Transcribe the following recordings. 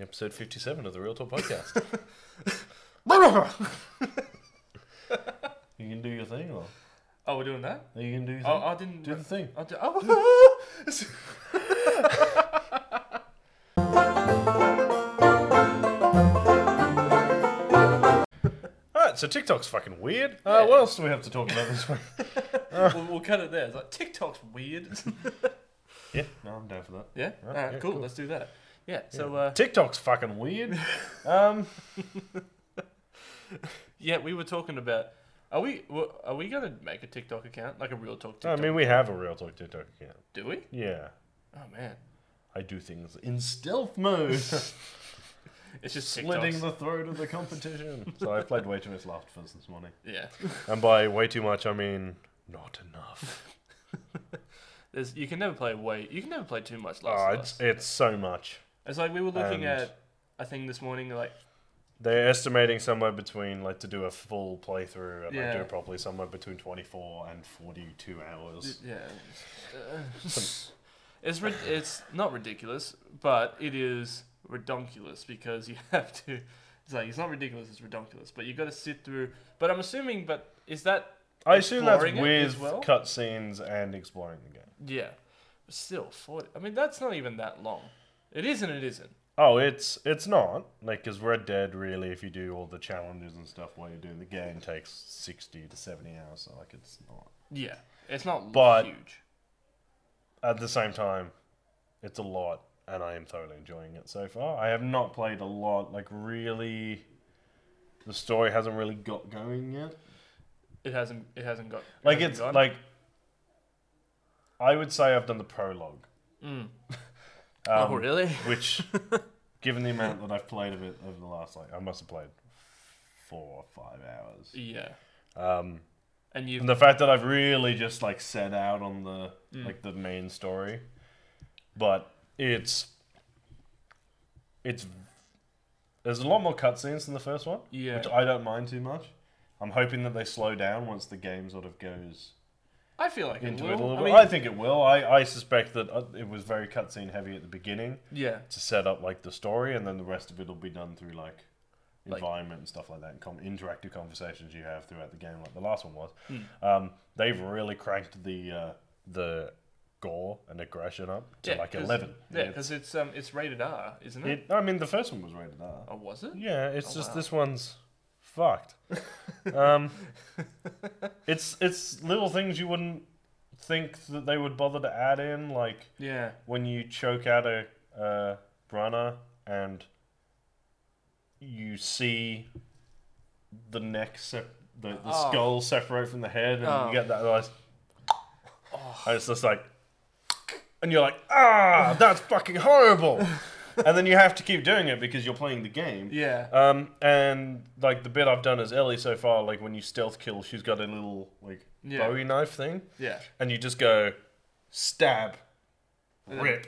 Episode 57 of the Real Talk Podcast. Oh, you can do your thing, or Oh, we're doing that? you can do your thing. Oh, I didn't. do the thing. I d- oh. Alright, so TikTok's fucking weird. Uh, what else do we have to talk about this week? we'll, we'll cut it there. It's like TikTok's weird. yeah, no, I'm down for that. yeah. Yeah, All right. yeah, cool. cool. Let's do that. Yeah. So uh, TikTok's fucking weird. Um, yeah, we were talking about. Are we w- are we gonna make a TikTok account like a real talk I TikTok? mean, we have a Real Talk TikTok account. do we? Yeah. Oh man, I do things in stealth mode, it's just slitting TikToks. the throat of the competition. so I played way too much Last of Us this morning. yeah, And by way too much, I mean not enough. There's, you can never play way. You can never play too much. Last oh, of it's Us. it's so much. It's like we were looking and- at a thing this morning. Like They're estimating somewhere between like to do a full playthrough and like, do Yeah. it properly somewhere between twenty four and forty two hours. yeah, it's- uh, it's rid- it's not ridiculous, but it is redonkulous because you have to. It's like it's not ridiculous. It's redonkulous, but you got to sit through. But I'm assuming. But is that I assume that's Exploring it as with well? cutscenes and exploring the game. yeah? Still forty. I mean, that's not even that long. It is and it isn't. Oh, it's it's not like because Red Dead really, if you do all the challenges and stuff while you're doing the game, takes sixty to seventy hours. So like it's not. Yeah, it's not But- huge. At the same time, it's a lot, and I am thoroughly enjoying it so far. I have not played a lot. Like really, the story hasn't really got going yet. It hasn't. It hasn't got. it Like hasn't it's gone. like I would say I've done the prologue. Mm. Um, oh really? which, given the amount that I've played of it over the last, like, I must have played four or five hours. Yeah. Um, And you've and the fact that I've really just like set out on the Mm. like the main story, but it's it's there's a lot more cutscenes than the first one, yeah. which I don't mind too much. I'm hoping that they slow down once the game sort of goes I feel like into it, will. it a little bit. I I, mean, think it will. I, I suspect that uh, it was very cutscene heavy at the beginning yeah. to set up like the story, and then the rest of it will be done through like Like- environment and stuff like that, and com- interactive conversations you have throughout the game, like the last one was. Mm. Um, they've really cranked the uh, the gore and aggression up to Yeah, like 'cause- eleven. Yeah, It's- because it's um it's rated R, isn't it? it, I mean, the first one was rated R. Oh, was it? Yeah, it's Oh, just wow. this one's fucked. um, it's it's little things you wouldn't think that they would bother to add in, like Yeah. when you choke out a, a runner and you see the neck, sep- the, the Oh. skull separate from the head, and Oh. you get that nice. And it's just like, and you're like, ah, that's fucking horrible. and then you have to keep doing it because you're playing the game. Yeah. Um, and like the bit I've done is Ellie so far, like when you stealth kill, she's got a little like Yeah. Bowie knife thing Yeah. and you just go stab, And then- rip,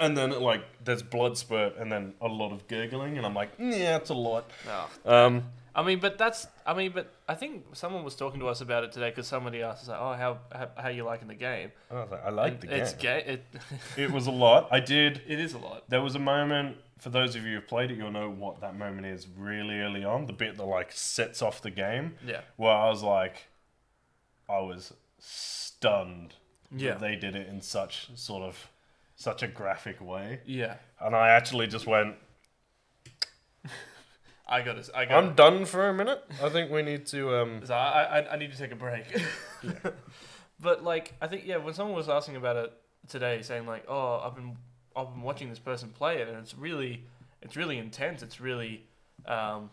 and then it, like there's blood spurt and then a lot of gurgling, and I'm like, yeah, it's a lot. Oh. Um, I mean, but that's. I mean, but I think someone was talking to us about it today because somebody asked us, like, "Oh, how how, how you liking the game?" I was like, I like the game. It's gay. It it was a lot. I did. it is a lot. There was a moment for those of you who've played it, you'll know what that moment is really early on. The bit that like sets off the game, Yeah. where I was like, I was stunned. that Yeah. they did it in such sort of such a graphic way, Yeah. and I actually just went, I got to I got. I'm done for a minute. I think we need to. Um, So I, I, I need to take a break. but like I think yeah, when someone was asking about it today, saying like, oh, I've been I've been watching this person play it, and it's really it's really intense. It's really um,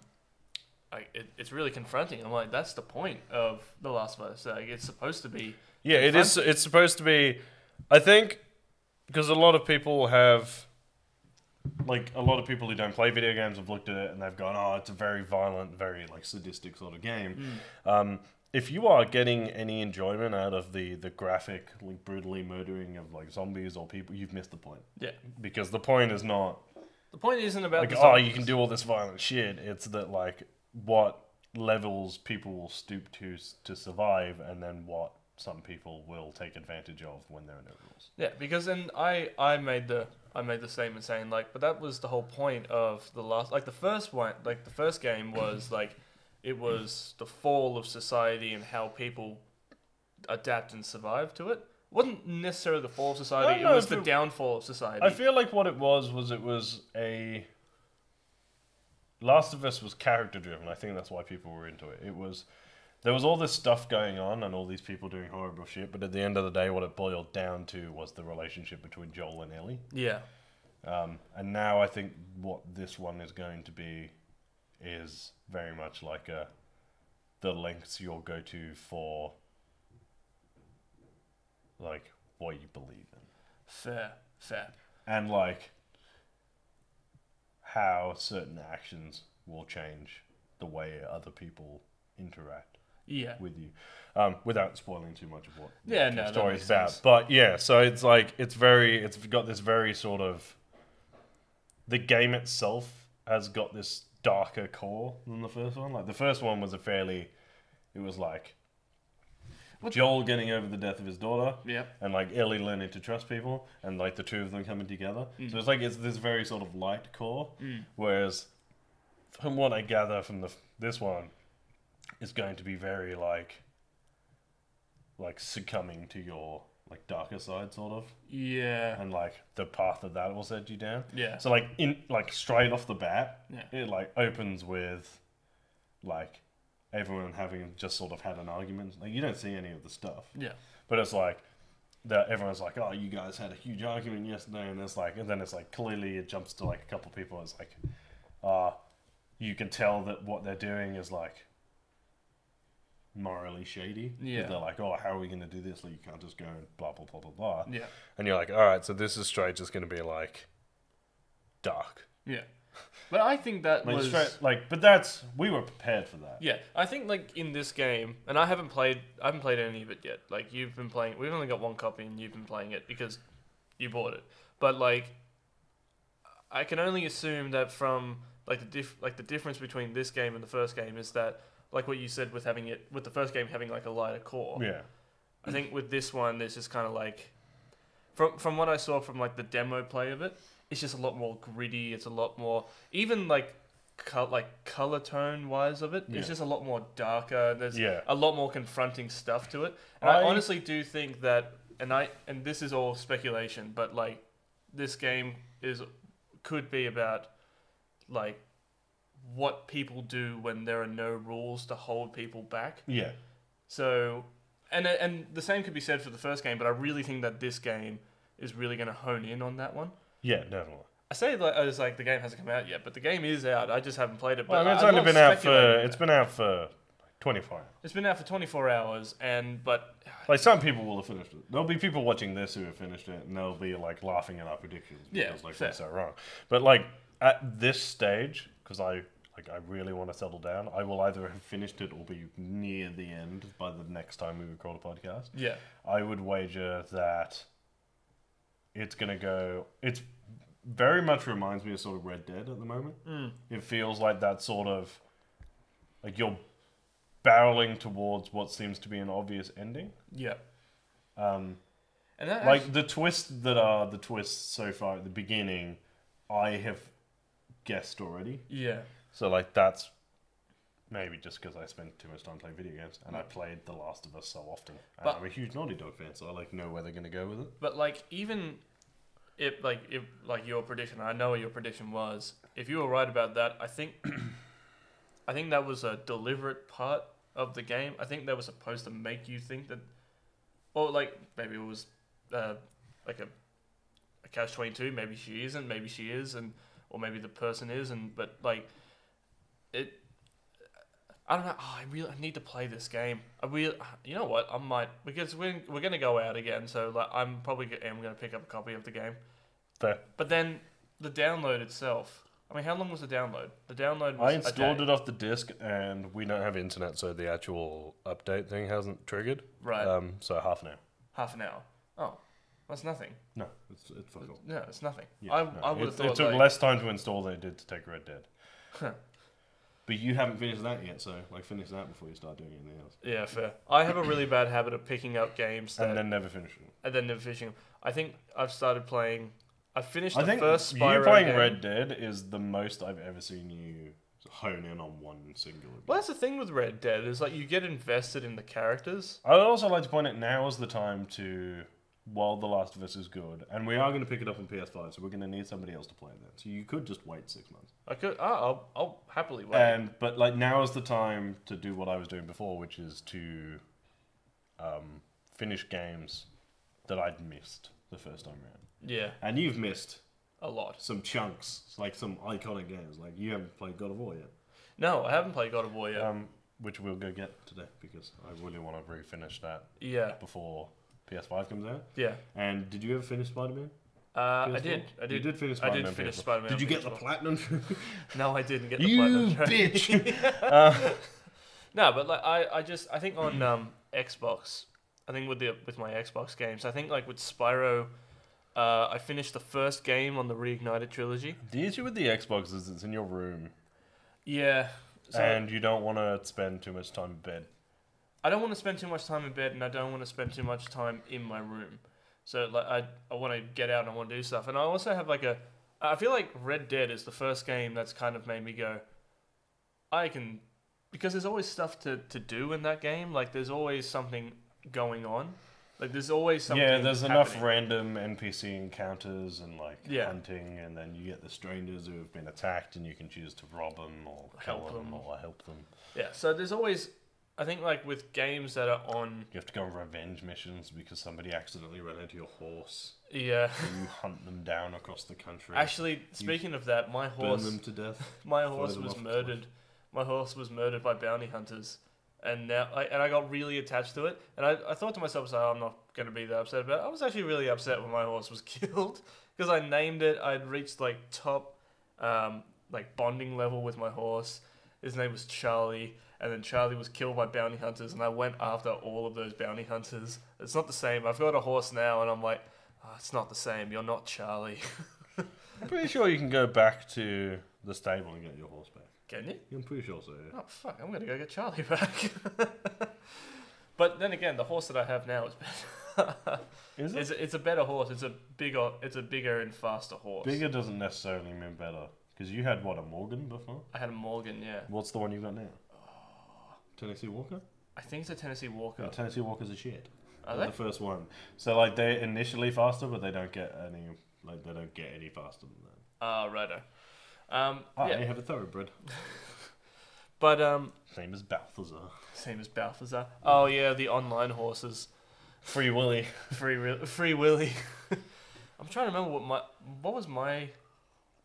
like it, it's really confronting. I'm like, that's the point of The Last of Us. Like, it's supposed to be yeah, it is. It's supposed to be. I think because a lot of people have, like, a lot of people who don't play video games have looked at it and they've gone, "Oh, it's a very violent, very like sadistic sort of game." Um, if you are getting any enjoyment out of the the graphic, like, brutally murdering of like zombies or people, you've missed the point. yeah. Because the point is not The point isn't about like, the oh, zombies. you can do all this violent shit. It's that like what levels people will stoop to s- to survive, and then what some people will take advantage of when there are no rules. Yeah, because then I I made the I made the statement saying like, but that was the whole point of the last like the first one like the first game was like, it was the fall of society and how people adapt and survive to it. wasn't necessarily the fall I of society. don't It know was if the it- downfall of society. I feel like what it was was it was a Last of Us was character driven. I think that's why people were into it. It was there was all this stuff going on and all these people doing horrible shit, but at the end of the day, what it boiled down to was the relationship between Joel and Ellie. yeah, Um, and now I think what this one is going to be is very much like a the lengths you'll go to for like what you believe in fair, fair. and like how certain actions will change the way other people interact Yeah, with you um, without spoiling too much of what the Yeah, actual no, that story is makes about sense. but yeah so it's like it's very it's got this very sort of the game itself has got this darker core than the first one like the first one was a fairly it was like Joel getting over the death of his daughter yeah. and like Ellie learning to trust people, and like the two of them coming together. So it's like it's this very sort of light core. Whereas, from what I gather from the this one, it's going to be very like, like succumbing to your like darker side, sort of, Yeah, and like the path that that will set you down. yeah, So like in like straight off the bat, Yeah. it like opens with, like, everyone having just sort of had an argument. Like you don't see any of the stuff. yeah, But it's like that everyone's like, "Oh, you guys had a huge argument yesterday," and it's like, and then it's like clearly it jumps to like a couple people. It's like, uh, you can tell that what they're doing is like morally shady. 'Cause Yeah. They're like, "Oh, how are we going to do this? Like, you can't just go and blah blah blah blah blah." yeah, And you're like, "All right, so this is straight just going to be like dark." yeah. But I think that Like, was straight, like, but that's we were prepared for that. Yeah, I think like in this game, and I haven't played, I haven't played any of it yet. Like you've been playing, we've only got one copy, and you've been playing it because you bought it. But like, I can only assume that from like the diff, like the difference between this game and the first game is that like what you said with having it with the first game having like a lighter core. Yeah. I think with this one, there's just kind of like, from from what I saw from like the demo play of it, it's just a lot more gritty. It's a lot more even like co- like color tone wise of it. Yeah. It's just a lot more darker. There's Yeah. a lot more confronting stuff to it. And I, I- honestly do think that, and I and this is all speculation, but like this game is could be about like what people do when there are no rules to hold people back. Yeah. So, and uh, and the same could be said for the first game, but I really think that this game is really going to hone in on that one. Yeah. Definitely. I say like it's like the game hasn't come out yet, but the game is out. I just haven't played it. Well, I But mean, it's I only love been out for speculating about it's it. been out for like, 24 hours. it's been out for 24 hours, and but Like some people will have finished it. There'll be people watching this who have finished it, and they'll be like laughing at our predictions Yeah, because like fair. we're so wrong. But like at this stage, because I like I really want to settle down, I will either have finished it or be near the end by the next time we record a podcast. yeah, I would wager that it's gonna go. It's very much reminds me of sort of Red Dead at the moment. Mm. It feels like that sort of like you're barreling towards what seems to be an obvious ending. yeah, Um, and that like the twists that are the twists so far at the beginning, I have guessed already. actually- yeah, So like that's maybe just because I spend too much time playing video games, and I played The Last of Us so often. And But- I'm a huge Naughty Dog fan, so I like know where they're gonna go with it. but like even if like if like your prediction, I know what your prediction was. If you were right about that, I think I think that was a deliberate part of the game. I think that was supposed to make you think that, or like maybe it was uh, like a a catch twenty two. Maybe she isn't. Maybe she is, and or maybe the person is. And but like it, I don't know. Oh, I really I need to play this game. I really, you know what? I might because we're we're gonna go out again. So like I'm probably go- am gonna pick up a copy of the game. Fair. But then the download itself. I mean, how long was the download? The download. Was I installed a day. it off the disk, and we don't have internet, so the actual update thing hasn't triggered. Right. Um, so half an hour. half an hour. Oh, that's nothing. No, it's it's fuck all. No, it's nothing. Yeah, I, no, I would it, have it thought took like, less time to install than it did to take Red Dead. But you haven't finished that yet, so like finish that before you start doing anything else, Yeah, fair. I have a really bad habit of picking up games that, and then never finish it. and then never finishing them. I think I've started playing. I finished I the think first Spyro you playing game. Red Dead is the most I've ever seen you hone in on one singular. Well, that's the thing with Red Dead is like you get invested in the characters. I would also like to point out now is the time to while The Last of Us is good, and we are going to pick it up on PS5, so we're going to need somebody else to play that. So you could just wait six months. I could. ah, I'll, I'll happily wait. And Um, but like now is the time to do what I was doing before, which is to um, finish games that I'd missed the first time around. yeah, And you've missed a lot. some chunks, like some iconic games. Like you haven't played God of War yet. No, I haven't played God of War yet. Um, which we'll go get today because I really want to refinish that yeah, before PS5 comes out. yeah. And did you ever finish Spider Man? Uh, I did. I You did. did finish I Spider Man. did finish Spider-Man. Did you on get the PS4. platinum? No, I didn't get the you platinum. trophy. bitch! No, but like I, I just I think on um, Xbox, I think with the with my Xbox games, I think like with Spyro, uh, I finished the first game on the Reignited trilogy. the issue with the Xbox is it's in your room, Yeah. So and you don't want to spend too much time in bed. I don't want to spend too much time in bed, and I don't want to spend too much time in my room. So like I, I want to get out and I want to do stuff, and I also have like a, I feel like Red Dead is the first game that's kind of made me go, I can, because there's always stuff to to do in that game. Like there's always something going on. Like there's always something. yeah, there's enough happening. random NPC encounters and like Yeah. hunting, and then you get the strangers who have been attacked, and you can choose to rob them or kill Help them them. or help them. Yeah, so there's always, I think, like with games that are on. You have to go on revenge missions because somebody accidentally ran into your horse. Yeah. and you hunt them down across the country. Actually, speaking of that, my burn horse, them to death. my horse them off was the murdered. My horse was murdered by bounty hunters, and now I, and I got really attached to it. And I, I thought to myself, so I'm not going to be that upset about. it. I was actually really upset when my horse was killed because I named it. I'd reached like top, um, like bonding level with my horse. His name was Charlie, and then Charlie was killed by bounty hunters, and I went after all of those bounty hunters. It's not the same. I've got a horse now, and I'm like, "Ah, it's not the same. You're not Charlie. I'm pretty sure you can go back to the stable and get your horse back. Can you? I'm pretty sure so. yeah. Oh fuck! I'm gonna go get Charlie back. but then again, the horse that I have now is better. Is it? it's, it's a better horse. It's a bigger. It's a bigger and faster horse. Bigger doesn't necessarily mean better. Because you had what a Morgan before. I had a Morgan. Yeah. What's the one you got now? Uh, Tennessee Walker. I think it's a Tennessee Walker. No, Tennessee Walkers are shit. Are They're they? The first one. So like they're initially faster, but they don't get any. Like they don't get any faster than that. Ah, righto. Um, I yeah. have a thoroughbred. But um, Same as Balthazar. same as Balthazar. Oh yeah, the online horses. Free Willy. Free, wi- free Willy. I'm trying to remember what my what was my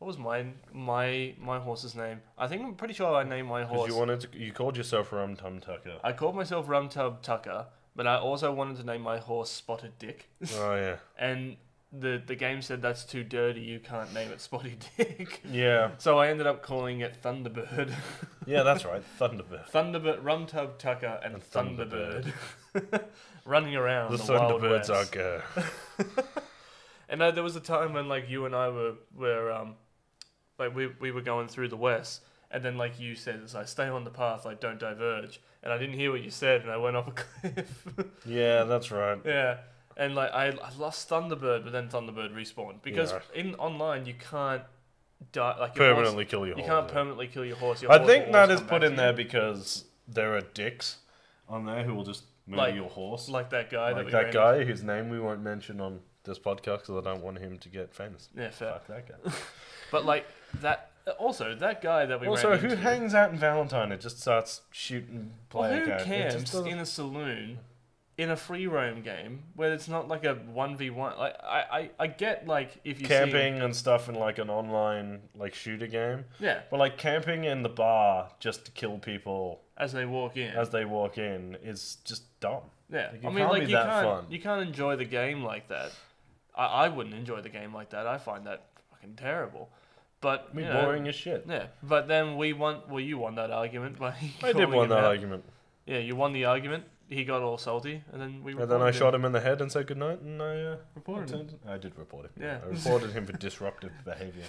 what was my my my horse's name. I think I'm pretty sure I named my Because horse. you wanted to, you called yourself Rum Tum Tucker. I called myself Rum Tub Tucker, but I also wanted to name my horse Spotted Dick. oh yeah. And the, the game said that's too dirty, you can't name it Spotty Dick. Yeah. So I ended up calling it Thunderbird. Yeah, that's right. Thunderbird. Thunderbird, Rum Tub Tucker, and, And Thunderbird. Running around. The, The, Wild Thunderbirds are West. good. And uh, there was a time when like you and I were were um like we we were going through the west, and then like you said, it's like stay on the path, like don't diverge. And I didn't hear what you said, and I went off a cliff. Yeah, that's right. Yeah. And like I, I lost Thunderbird, but then Thunderbird respawned because Yeah. in online you can't die like your Permanently kill your Horse, you horse. can't permanently kill your horse. Your I horse think will that is always come put back in to there you. because there are dicks on there who will just murder Like- your horse. like that guy. Like we that ran guy whose name we won't mention on this podcast because I don't want him to get famous. into. Yeah, fair. Fuck that guy. But like that. Also, that guy that we also, ran who into, hangs out in Valentine and just starts shooting well, player who characters? It just camps doesn't- in a saloon in a free roam game where it's not like a one v one? Like I, I, I get like if you camping and stuff in like an online like shooter game, yeah, but like camping in the bar just to kill people as they walk in, as they walk in is just dumb. Yeah, Like, it I mean, can't like be you that can't fun. you can't enjoy the game like that. I, I wouldn't enjoy the game like that. I find that fucking terrible. But I mean, you know, boring as shit. Yeah, but then we won. Well, you won that argument by. I did calling win him that out. argument. Yeah, you won the argument. he got all salty, and then we. And then I reported shot him in the head and said goodnight, and I uh, Reported him. returned- I did report him. Yeah. I reported him for disruptive behavior.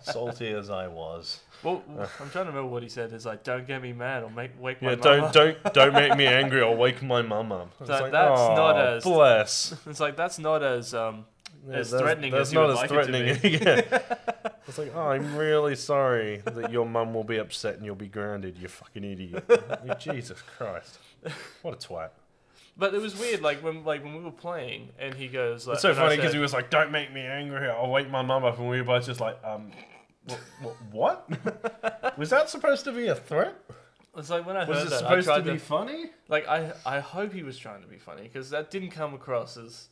Salty as I was. Well, I'm trying to remember what he said. It's like, don't get me mad or make wake my yeah, mum don't up." don't don't make me angry or wake my mum up. It's That- that's "Aw, not as- bless. It's like that's not as um. Yeah, As that's- threatening that's as you not would as like it to threatening. yeah. It's like, oh, I'm really sorry that your mum will be upset and you'll be grounded. You fucking idiot. Like, Jesus Christ, what a twat. But it was weird, like when like when we were playing, and he goes. Like, It's so and I funny because he said- was like, "Don't make me angry. I'll wake my mum up," and we were both just like, "Um, wh- wh- what? was that supposed to be a threat? It's like when I Was heard it that, supposed I to tried be to, funny?" like I I hope he was trying to be funny because that didn't come across as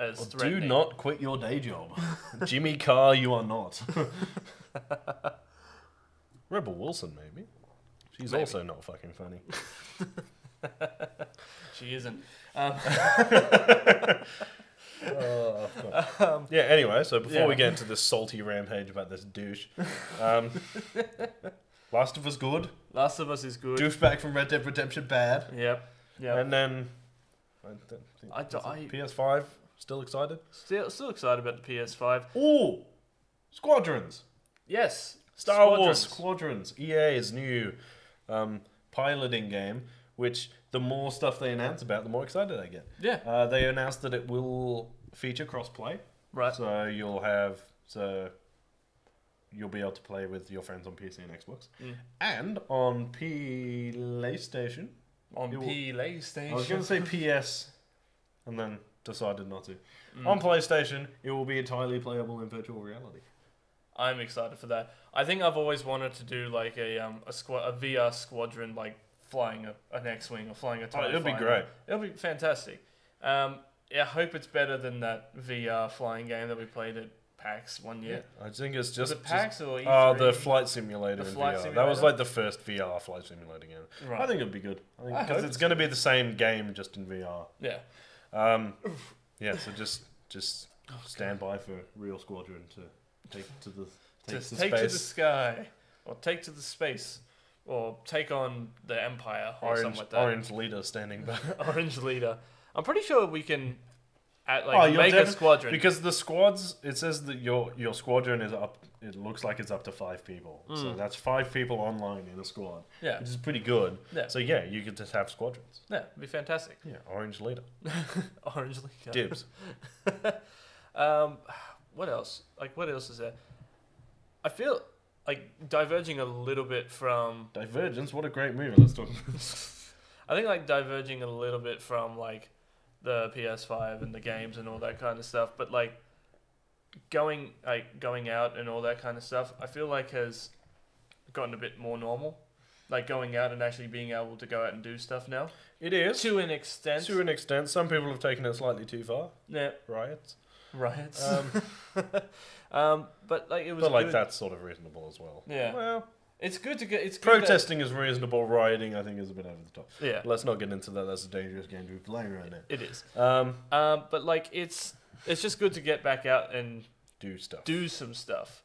as Do threatening. not quit your day job, Jimmy Carr. You are not. Rebel Wilson, maybe. She's Maybe. also not fucking funny. She isn't. Um, Oh, Um, yeah. Anyway, so before we yeah. get into this salty rampage about this douche, um, Last of Us good, Last of Us is good. douchebag from Red Dead Redemption bad. Yep. Yep. And then I don't think- I d- is it I- PS5 still excited. still still excited about the PS5. Oh, Squadrons, Yes. Star Wars Squadrons. Squadrons, EA's new um, piloting game. Which the more stuff they announce about, the more excited I get. Yeah. Uh, they announced that it will feature crossplay, Right. so you'll have so you'll be able to play with your friends on PC and Xbox, Mm. and on PlayStation. On It will- PlayStation. I was going to say PS, and then decided not to. Mm. On PlayStation, it will be entirely playable in virtual reality. I'm excited for that. I think I've always wanted to do like a um a squad a VR squadron like flying a, an X-wing or flying a. TIE Oh, it'll be fighter. great. It'll be fantastic. Um, yeah, I hope it's better than that VR flying game that we played at PAX one year. I think it's Was just. it PAX or E3? just- oh, the flight simulator The in flight VR. That was simulator? like the first VR flight simulator game. Right. I think it'll be good. I think I hope because it's it's going to be the same game just in VR. yeah. Um, yeah, so just just Oh, stand by for Real Squadron to take to the take Just to take to the space. sky, or take to the space, or take on the empire or orange, something like that. orange leader standing by. Orange leader. I'm pretty sure we can, at Oh, like you'll make a defi- squadron. Because the squads, it says that your your squadron is up. It looks like it's up to five people. So Hmm. that's five people online in a squad, yeah, which is pretty good. Yeah. So yeah, you could just have squadrons. yeah, it'd be fantastic. Yeah, orange leader, Orange leader. dibs. Um, what else? Like, what else is there? I feel like diverging a little bit from. Divergence, what a great movie. Let's talk. I think like diverging a little bit from like the PS5 and the games and all that kind of stuff, but like going like going out and all that kind of stuff, I feel like has gotten a bit more normal. Like going out and actually being able to go out and do stuff now, It is to an extent. to an extent. Some people have taken it slightly too far. yeah, Riots, riots. um, Um, but like it was but like good. that's sort of reasonable as well. Yeah. Well, It's good to get. It's good that- protesting is reasonable. Rioting, I think, is a bit over the top. yeah, Let's not get into that. That's a dangerous game to be playing right now. it is. Um, Um, but like it's it's just good to get back out and do stuff. do some stuff.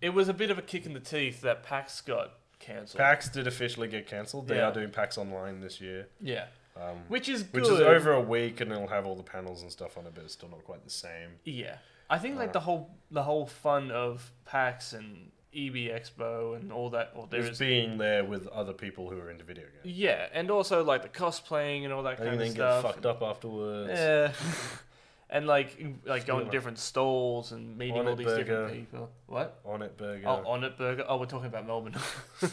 It was a bit of a kick in the teeth that PAX got cancelled. PAX did officially get cancelled. They Yeah. are doing PAX online this year, yeah, um, which is good. which is over a week, and it'll have all the panels and stuff on it, but it's still not quite the same. Yeah, I think like Uh, the whole the whole fun of PAX and EB Expo and all that. Or there There's is being there with other people who are into video games. yeah, and also like the cosplaying and all that kind And of then get stuff. fucked up afterwards. Yeah. And like, like going Stealer. to different stalls and meeting On all It these different Burger. people. What? On it burger. Oh, on it burger. Oh, we're talking about Melbourne.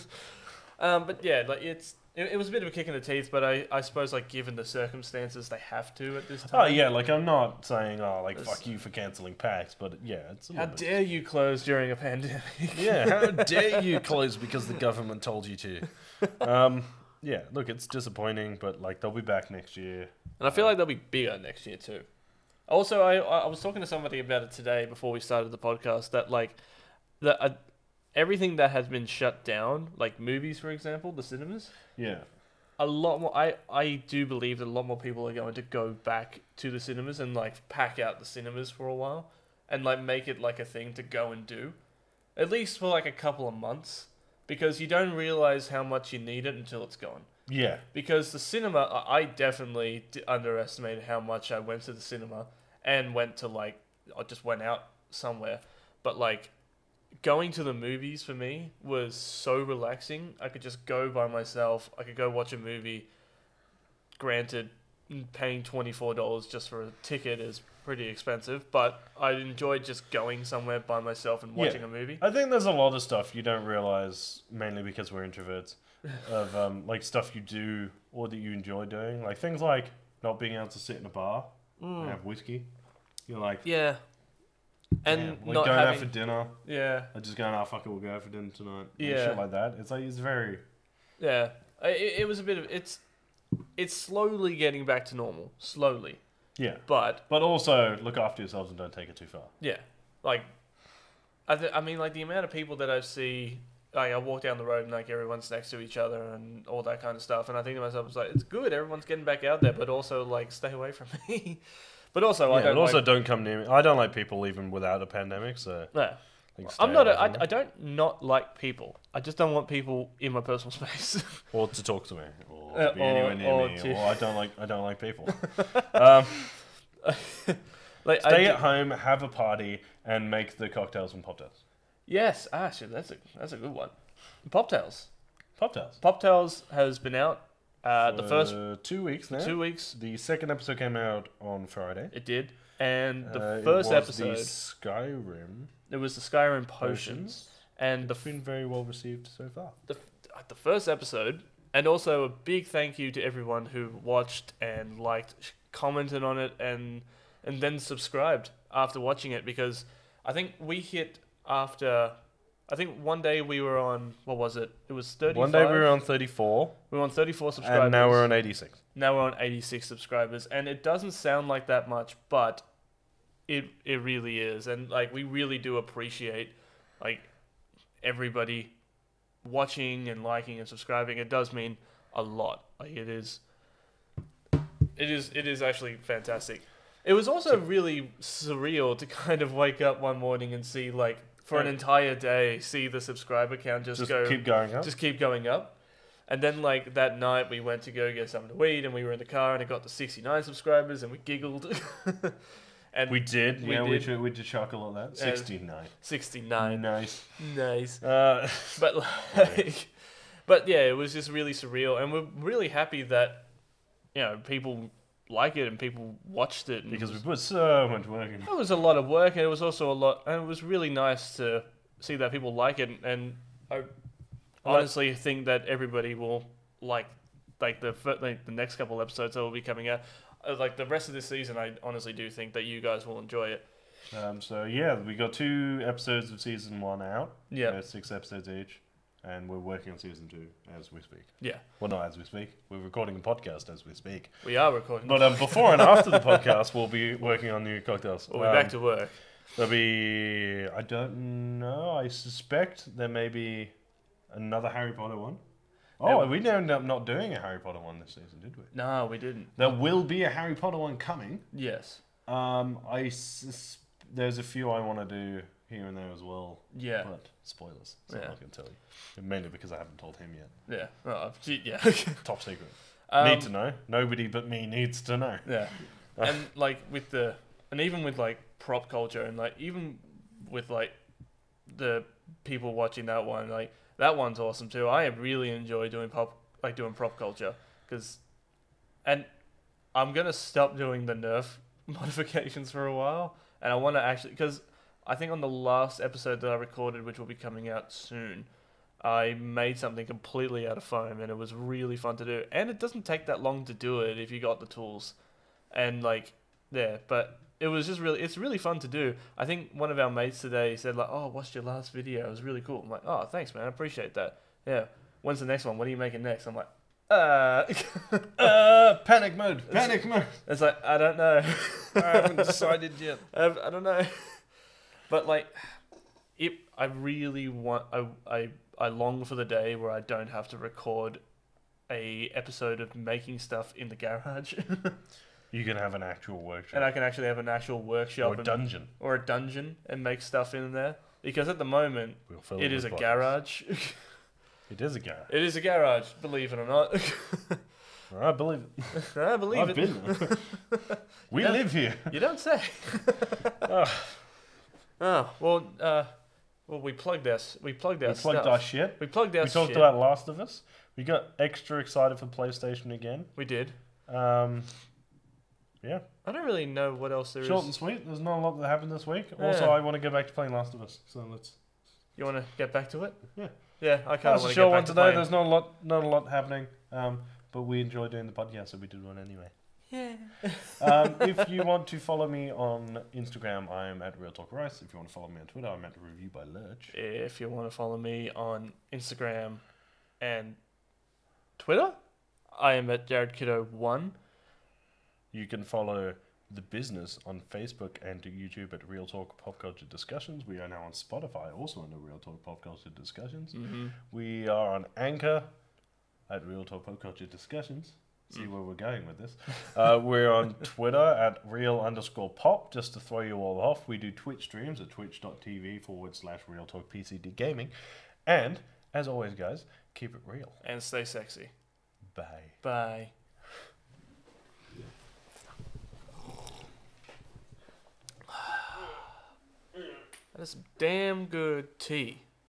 um, but yeah, like it's it, it was a bit of a kick in the teeth, but I, I suppose like given the circumstances, they have to at this Oh, time. yeah, like I'm not saying, oh, like This- fuck you for cancelling PAX, but yeah, it's a How little bit. dare you close during a pandemic? yeah, how dare you close because the government told you to? Um, yeah, look, it's disappointing, but like they'll be back next year. And I feel like they'll be bigger next year too. Also, I I I was talking to somebody about it today before we started the podcast that like that uh, everything that has been shut down, like movies for example, the cinemas. Yeah. a lot more I, I do believe that a lot more people are going to go back to the cinemas and like pack out the cinemas for a while and like make it like a thing to go and do at least for like a couple of months because you don't realize how much you need it until it's gone Yeah. because the cinema I- I definitely d- underestimated how much I went to the cinema and went to like I just went out somewhere but like going to the movies for me was so relaxing I could just go by myself I could go watch a movie granted m- paying $24 just for a ticket is pretty expensive but I enjoyed just going somewhere by myself and Yeah. watching a movie I think there's a lot of stuff you don't realize, mainly because we're introverts, of um, like stuff you do or that you enjoy doing. Like things like not being able to sit in a bar and have whiskey. You're like, yeah and "Damn, like not going having out for dinner. yeah I just going, oh fuck it, we'll go out for dinner tonight. Yeah, Yeah. shit like that. It's like it's very Yeah, I- it, it was a bit of it's it's slowly getting back to normal, slowly, yeah. but But also look after yourselves and don't take it too far. yeah, like I th- I mean like the amount of people that I see. Like I walk down the road and like everyone's next to each other and all that kind of stuff, and I think to myself, it's like it's good, everyone's getting back out there, but also like stay away from me. but also, I yeah, don't and also like- don't come near me. I don't like people even without a pandemic. So yeah. like, stay I'm not. away A, I, from I them. don't not like people. I just don't want people in my personal space. or to talk to me, or Uh, to be anywhere or- near or me, to- or I don't like I don't like people. um, like I stay do- at home, have a party, and make the cocktails and poptails. yes, actually, that's a that's a good one. Poptails. Poptails. Poptails has been out uh, the first For two weeks now. two weeks. The second episode came out on Friday. It did, and the Uh, it was first episode the Skyrim it was the Skyrim potions, potions. and the, It's been very well received so far. the uh, the first episode, and also a big thank you to everyone who watched and liked, sh- commented on it, and and then subscribed after watching it because I think we hit after. I think one day we were on what was it? It was thirty. One day we were on 34, we were on thirty-four subscribers. and now we're on 86. Now we're on 86 subscribers, and it doesn't sound like that much, but it it really is, and like we really do appreciate like everybody watching and liking and subscribing. It does mean a lot. Like it is, it is it is actually fantastic. It was also really surreal to kind of wake up one morning and see like for an Yeah. entire day see the subscriber count just, Just go keep going up. just keep going up. And then like that night, we went to go get something to eat, and we were in the car, and it got to sixty nine subscribers, and we giggled. and we did. we yeah, we did. did. We did chuckle at that. 69. sixty nine, nice. nice. Uh, But like, but yeah, it was just really surreal, and we're really happy that you know people like it and people watched it and because we put so much work in. It was a lot of work, and it was also a lot, and it was really nice to see that people like it, and I honestly think that everybody will like like the fir- like the next couple episodes that will be coming out, Uh, like the rest of this season. I honestly do think that you guys will enjoy it. Um, so yeah, we got two episodes of season one out. Yeah. They're six episodes each, and we're working on season two as we speak. Yeah, Well, not as we speak. We're recording a podcast as we speak. we are recording. But um, before and after the podcast, we'll be working on new cocktails. we'll be Um, back to work. There'll be. I don't know. I suspect there may be another Harry Potter one. Oh, Yeah. we ended up not doing a Harry Potter one this season, did we? No, we didn't. There will be a Harry Potter one coming. Yes. Um, I sus- there's a few I want to do here and there as well. Yeah. But spoilers. So Yeah. I can tell you. Mainly because I haven't told him yet. Yeah. Oh, yeah. Top secret. Um, Need to know. Nobody but me needs to know. Yeah. and like with the and even with like prop culture and like even with like the people watching that one like that one's awesome too. I really enjoy doing pop like doing prop culture cuz and I'm going to stop doing the nerf modifications for a while and I want to actually cuz I think on the last episode that I recorded which will be coming out soon I made something completely out of foam and it was really fun to do and it doesn't take that long to do it if you got the tools and like yeah but it was just really it's really fun to do i think one of our mates today said like oh I watched your last video it was really cool i'm like oh thanks man i appreciate that yeah when's the next one what are you making next i'm like uh Uh, panic mode. Panic mode. it's like i don't know I haven't decided yet. I've, i don't know but like it i really want I, I i long for the day where i don't have to record a episode of making stuff in the garage You can have an actual workshop. and i can actually have an actual workshop or and- dungeon. or a dungeon and make stuff in there because at the moment We'll fill it with is a bottles. garage It is a garage. It is a garage, believe it or not. I believe it. I believe I've it. been there. we Yeah. live here. You don't say. Oh, Oh well, uh, well we plugged us. We plugged we our plugged stuff. our shit. we plugged our We talked shit. about Last of Us. We got extra excited for PlayStation again. we did. Um, yeah, I don't really know what else there is. short and sweet. There's not a lot that happened this week. Also, Yeah. I want to go back to playing Last of Us. So let's. You want to get back to it? Yeah. Yeah, I kind That's of a want to short get one back to today. playing. There's not a lot, not a lot happening. Um, but we enjoy doing the podcast, so we did one anyway. Yeah. Um, if you want to follow me on Instagram, I am at Real Talk Rice. If you want to follow me on Twitter, I'm at Review by Lurch. If you want to follow me on Instagram and Twitter, I am at Jared Kiddo One. You can follow the business on Facebook and to YouTube at Real Talk Pop Culture Discussions. We are now on Spotify, also under Real Talk Pop Culture Discussions. Mm-hmm. We are on Anchor at Real Talk Pop Culture Discussions. See where we're going with this. Uh, we're on Twitter at real underscore pop, just to throw you all off. We do Twitch streams at twitch.tv forward slash real talk PCD gaming. And as always, guys, keep it real. And stay sexy. Bye. Bye. That is some damn good tea.